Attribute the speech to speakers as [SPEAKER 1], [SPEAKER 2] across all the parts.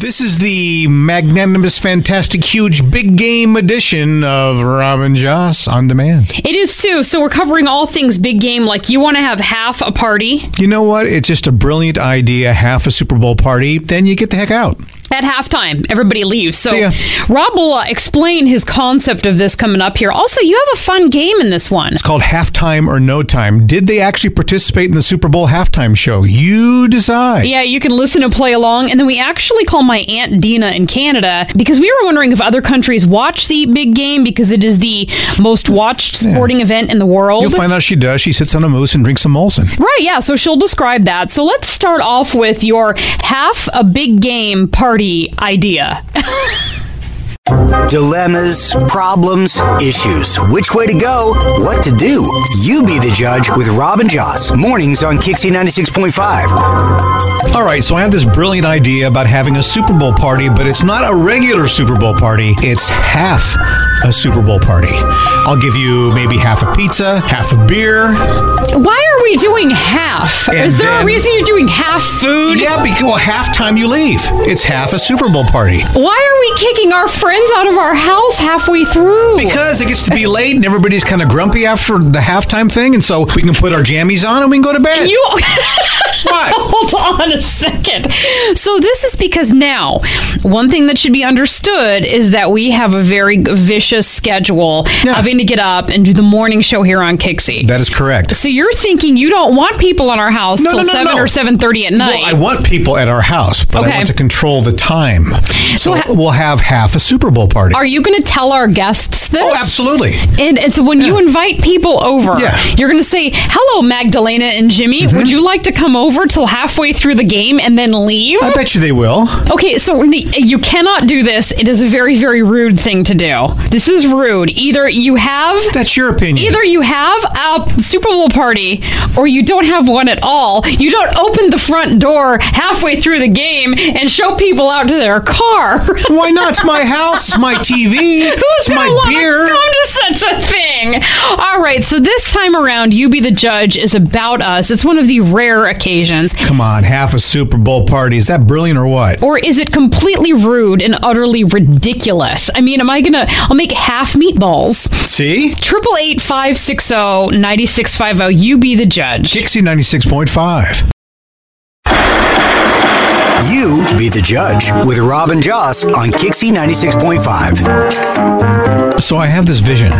[SPEAKER 1] This is the magnanimous, fantastic, huge, big game edition of Robin Joss on demand.
[SPEAKER 2] It is too. So we're covering all things big game. Like you want to have half a party
[SPEAKER 1] You know what? It's just a brilliant idea. Half a Super Bowl party, then you get the heck out.
[SPEAKER 2] at halftime. Everybody leaves. So
[SPEAKER 1] See ya.
[SPEAKER 2] Rob will uh, explain his concept of this coming up here. Also, you have a fun game in this one.
[SPEAKER 1] It's called halftime or no time. Did they actually participate in the Super Bowl halftime show? You decide.
[SPEAKER 2] Yeah, you can listen and play along. And then we actually call my Aunt Dina in Canada because we were wondering if other countries watch the big game because it is the most watched sporting event in the world.
[SPEAKER 1] You'll find out she does. She sits on a moose and drinks some Molson.
[SPEAKER 2] Right, yeah, so she'll describe that. So let's start off with your half a big game party idea.
[SPEAKER 3] Dilemmas, problems, issues. Which way to go? What to do? You be the judge with Robin Joss. Mornings on Kixie 96.5.
[SPEAKER 1] All right, so I have this brilliant idea about having a Super Bowl party, but it's not a regular Super Bowl party. It's half a Super Bowl party. I'll give you maybe half a pizza, half a beer,
[SPEAKER 2] Why are we doing half?
[SPEAKER 1] And
[SPEAKER 2] Is there
[SPEAKER 1] then-
[SPEAKER 2] a reason you're doing half food?
[SPEAKER 1] Yeah, because well, halftime you leave. It's half a Super Bowl party.
[SPEAKER 2] Why are we kicking our friends out of our house halfway through?
[SPEAKER 1] Because it gets to be late and everybody's kind of grumpy after the halftime thing, and so we can put our jammies on and we can go to bed.
[SPEAKER 2] you
[SPEAKER 1] what?
[SPEAKER 2] Hold on a second. So this is because now, one thing that should be understood is that we have a very vicious schedule
[SPEAKER 1] Yeah.
[SPEAKER 2] having to get up and do the morning show here on Kixie.
[SPEAKER 1] That is correct.
[SPEAKER 2] So you're thinking you don't want people in our house
[SPEAKER 1] No,
[SPEAKER 2] till
[SPEAKER 1] no, no,
[SPEAKER 2] seven
[SPEAKER 1] no.
[SPEAKER 2] or seven thirty at night.
[SPEAKER 1] Well, I want people at our house, but I
[SPEAKER 2] Okay.
[SPEAKER 1] want to control the time. So
[SPEAKER 2] ha-
[SPEAKER 1] we'll have half a Super Bowl party.
[SPEAKER 2] Are you going to tell our guests this?
[SPEAKER 1] oh, absolutely.
[SPEAKER 2] And, and so when you invite people over,
[SPEAKER 1] Yeah.
[SPEAKER 2] you're going to say, "Hello, Magdalena and Jimmy. Would you like to come over till halfway through the game and then leave?"
[SPEAKER 1] I bet you they will.
[SPEAKER 2] Okay, so when the- you cannot do this. It is a very, very rude thing to do. This is rude. Either you have.
[SPEAKER 1] That's your opinion.
[SPEAKER 2] Either you have a Super Bowl party or you don't have one at all. You don't open the front door halfway through the game and show people out to their car. Who's
[SPEAKER 1] Why not? It's my house, it's my TV, it's
[SPEAKER 2] gonna
[SPEAKER 1] my
[SPEAKER 2] wanna
[SPEAKER 1] beer.
[SPEAKER 2] Come to such a thing. All right, so this time around, you be the judge is about us. It's one of the rare occasions.
[SPEAKER 1] Come on, half a Super Bowl party. Is that brilliant or what?
[SPEAKER 2] Or is it completely rude and utterly ridiculous? I mean, am I gonna? I'll make half meatballs.
[SPEAKER 1] See?
[SPEAKER 2] Triple eight five six zero ninety six five zero. You be the judge.
[SPEAKER 1] Dixie 96.5.
[SPEAKER 3] You be the judge with Robin Joss on Kixie 96.5.
[SPEAKER 1] So I have this vision,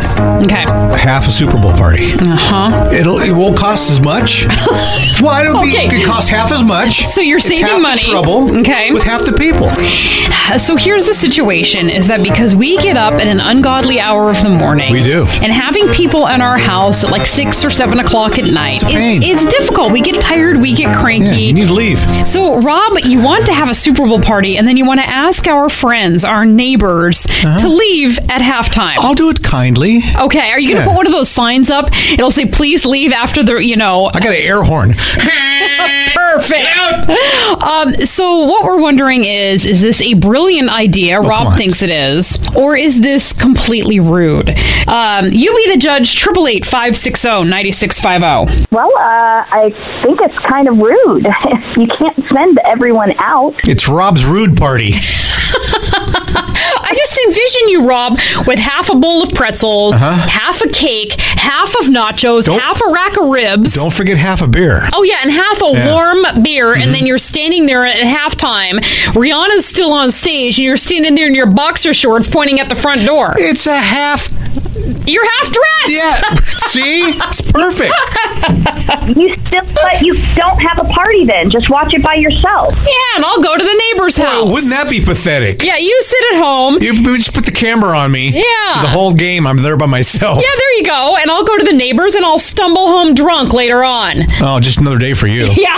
[SPEAKER 2] Okay.
[SPEAKER 1] half a Super Bowl party.
[SPEAKER 2] Uh huh.
[SPEAKER 1] It'll it won't cost as much. well, it'll be it
[SPEAKER 2] Okay.
[SPEAKER 1] could cost half as much.
[SPEAKER 2] So you're
[SPEAKER 1] It's
[SPEAKER 2] saving
[SPEAKER 1] half the
[SPEAKER 2] money.
[SPEAKER 1] trouble.
[SPEAKER 2] Okay.
[SPEAKER 1] With half the people.
[SPEAKER 2] So here's the situation: is that because we get up at an ungodly hour of the morning,
[SPEAKER 1] We do.
[SPEAKER 2] and having people in our house at like six or seven o'clock at night,
[SPEAKER 1] a pain.
[SPEAKER 2] It's, it's difficult. We get tired, we get
[SPEAKER 1] Yeah,
[SPEAKER 2] cranky.
[SPEAKER 1] you need to leave.
[SPEAKER 2] So, Rob, you want to have a Super Bowl party, and then you want to ask our friends, our neighbors,
[SPEAKER 1] Uh-huh.
[SPEAKER 2] to leave at halftime.
[SPEAKER 1] I'll do it kindly.
[SPEAKER 2] okay, are you going to
[SPEAKER 1] Oh, Yeah.
[SPEAKER 2] put one of those signs up? It'll say, "Please leave after the," you know.
[SPEAKER 1] I got an air horn.
[SPEAKER 2] Perfect. Um, so, what we're wondering is is this a brilliant idea?
[SPEAKER 1] Oh, come on.
[SPEAKER 2] Rob thinks it is. Or is this completely rude? Um, you be the judge, 888 560 9650.
[SPEAKER 4] Well, uh, I think it's kind of rude. you can't send everyone out.
[SPEAKER 1] It's Rob's rude party.
[SPEAKER 2] I just envision you, Rob, with half a bowl of pretzels, half a cake, half of nachos,
[SPEAKER 1] Uh-huh. Don't-
[SPEAKER 2] half a rack of ribs.
[SPEAKER 1] Don't forget half a beer.
[SPEAKER 2] Oh yeah, and half a
[SPEAKER 1] Yeah. Mm-hmm.
[SPEAKER 2] warm beer, and then you're standing there at halftime. Rihanna's still on stage, and you're standing there in your boxer shorts, pointing at the front door.
[SPEAKER 1] It's a half.
[SPEAKER 2] You're half dressed.
[SPEAKER 1] Yeah. See? It's perfect.
[SPEAKER 4] You still, but you don't have a party then. Just watch it by yourself.
[SPEAKER 2] Yeah, and I'll go to the neighbor's house.
[SPEAKER 1] Oh, wouldn't that be pathetic?
[SPEAKER 2] Yeah, you sit at home.
[SPEAKER 1] You you just put the camera on me.
[SPEAKER 2] Yeah.
[SPEAKER 1] For the whole game, I'm there by myself.
[SPEAKER 2] Yeah, there you go. And I'll go to the neighbors, and I'll stumble home drunk later on.
[SPEAKER 1] Oh, just another day for you.
[SPEAKER 2] Yeah.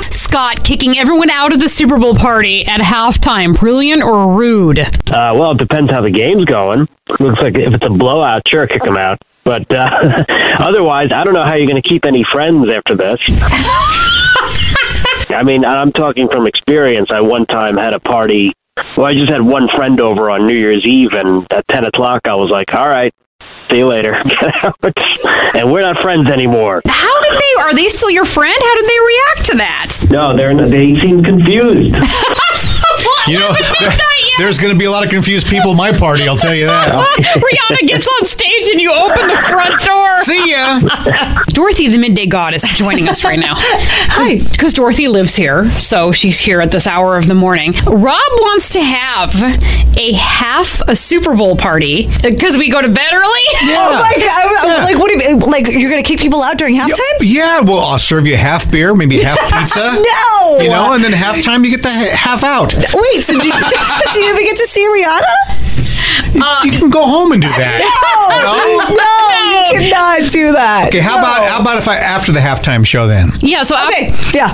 [SPEAKER 2] Scott kicking everyone out of the Super Bowl party at halftime. Brilliant or rude?
[SPEAKER 5] Uh, well, it depends how the game's going. Looks like if it's a blowout, sure, kick them out. But uh, otherwise, I don't know how you're going to keep any friends after this. I mean, I'm talking from experience. I one time had a party. Well, I just had one friend over on New Year's Eve, and at 10 o'clock, I was like, all right, see you later. Get out. and we're not friends anymore.
[SPEAKER 2] How did they? Are they still your friend? How did they react to that?
[SPEAKER 5] No, they're, they seem confused.
[SPEAKER 2] What
[SPEAKER 1] You know,
[SPEAKER 2] was it midnight yet?
[SPEAKER 1] there's going to be a lot of confused people at my party, I'll tell you that.
[SPEAKER 2] Rihanna gets on stage and you open the front door.
[SPEAKER 1] See ya.
[SPEAKER 6] Oh
[SPEAKER 2] Dorothy, the midday goddess, is joining us right now. Hi. Because Dorothy lives here, so she's here at this hour of the morning. Rob wants to have a half a Super Bowl party because we go to bed early.
[SPEAKER 6] Oh my god! I'm- I'm
[SPEAKER 1] Yeah.
[SPEAKER 6] Like what? Do you, like you're gonna kick people out during halftime?
[SPEAKER 1] Yeah, well, I'll serve you half beer, maybe half pizza.
[SPEAKER 6] No!
[SPEAKER 1] You know, and then halftime, you get the ha- half out.
[SPEAKER 6] Wait, so do, you- do you even get to see Rihanna?
[SPEAKER 1] you can go home and do that. Oh,
[SPEAKER 6] No, no, you cannot do that.
[SPEAKER 1] Okay, how
[SPEAKER 6] No.
[SPEAKER 1] about how about if I after the halftime show then? Oh!
[SPEAKER 2] Yeah, so
[SPEAKER 6] Okay, yeah.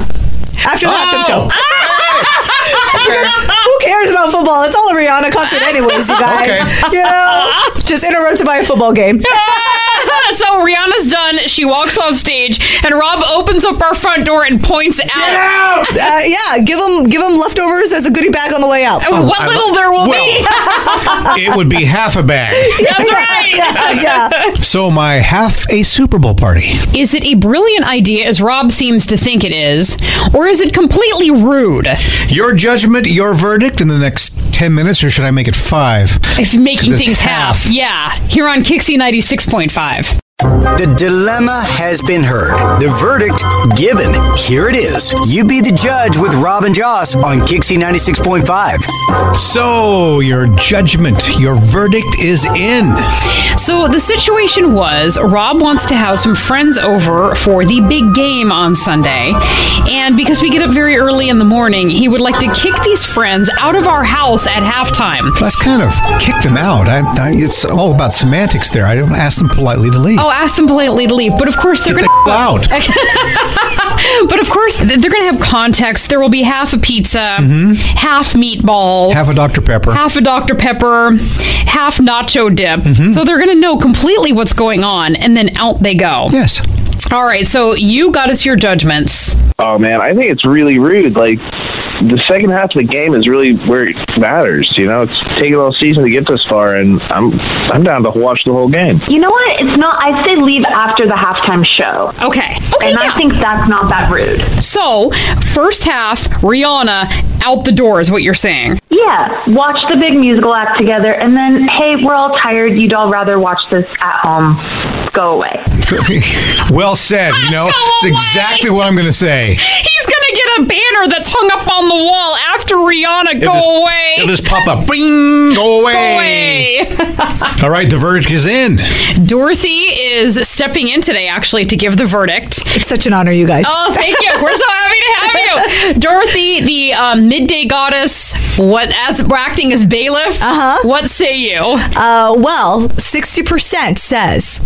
[SPEAKER 6] After the halftime show. Because who cares about football? It's all a Rihanna concert, anyways. You guys,
[SPEAKER 1] Okay.
[SPEAKER 6] you know, just interrupted by a football game.
[SPEAKER 2] so Rihanna's done. She walks off stage, and Rob opens up our front door and points out
[SPEAKER 6] Uh, yeah, give them give them leftovers as a goodie bag on the way out.
[SPEAKER 2] what
[SPEAKER 1] I lo-
[SPEAKER 2] little there Oh, will be.
[SPEAKER 1] Well, it would be half a bag.
[SPEAKER 2] That's right.
[SPEAKER 6] Yeah, Uh, yeah.
[SPEAKER 1] So my half a Super Bowl party.
[SPEAKER 2] Is it a brilliant idea, as Rob seems to think it is, or is it completely rude?
[SPEAKER 1] Your judgment, your verdict in the next ten minutes, or should I make it five?
[SPEAKER 2] It's making
[SPEAKER 1] 'Cause it's
[SPEAKER 2] things half.
[SPEAKER 1] half.
[SPEAKER 2] Yeah, here on Kixie 96.5.
[SPEAKER 3] The dilemma has been heard. The verdict given. Here it is. You be the judge with Rob and Joss on Kixie 96.5.
[SPEAKER 1] So your judgment, your verdict is in.
[SPEAKER 2] So the situation was Rob wants to have some friends over for the big game on Sunday. And because we get up very early in the morning, he would like to kick these friends out of our house at halftime.
[SPEAKER 1] Let's kind of kick them out. I, I, it's all about semantics there. I don't ask them politely to leave.
[SPEAKER 2] Oh, ask them politely to leave. But of course, they're
[SPEAKER 1] Get
[SPEAKER 2] going
[SPEAKER 1] the
[SPEAKER 2] to.
[SPEAKER 1] out.
[SPEAKER 2] But of course, th- they're going to have context. There will be half a pizza, half meatballs,
[SPEAKER 1] Half a Dr. Pepper.
[SPEAKER 2] half a Dr. Pepper, half nacho dip. So they're going to know completely what's going on, and then out they go.
[SPEAKER 1] yes.
[SPEAKER 2] All right, so you got us your judgments.
[SPEAKER 7] Oh man, I think it's really rude. Like the second half of the game is really where it matters. You know, it's taken all season to get this far, and I'm I'm down to watch the whole game.
[SPEAKER 4] You know what? It's not. I say leave after the halftime show.
[SPEAKER 2] Okay. Okay.
[SPEAKER 4] and
[SPEAKER 2] yeah.
[SPEAKER 4] I think that's not that rude.
[SPEAKER 2] so, first half, Rihanna out the door is what you're saying.
[SPEAKER 4] Yeah, watch the big musical act together, and then hey, we're all tired. You'd all rather watch this at home. Go away.
[SPEAKER 1] well said. You know,
[SPEAKER 2] Go
[SPEAKER 1] it's
[SPEAKER 2] away.
[SPEAKER 1] exactly what I'm going to say.
[SPEAKER 2] He's gonna get a banner that's hung up on the wall after Rihanna.
[SPEAKER 1] It'll
[SPEAKER 2] Go
[SPEAKER 1] just-
[SPEAKER 2] away.
[SPEAKER 1] It'll just pop up. Bing! Go away.
[SPEAKER 2] Go away.
[SPEAKER 1] All right, the verdict is in.
[SPEAKER 2] Dorothy is stepping in today, actually, to give the verdict.
[SPEAKER 6] It's such an honor, you guys.
[SPEAKER 2] Oh, thank you. We're so happy to have you, Dorothy, the um, midday goddess. What as we're acting as bailiff? Uh huh. What say you?
[SPEAKER 6] Uh, well, 60% says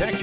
[SPEAKER 8] Protect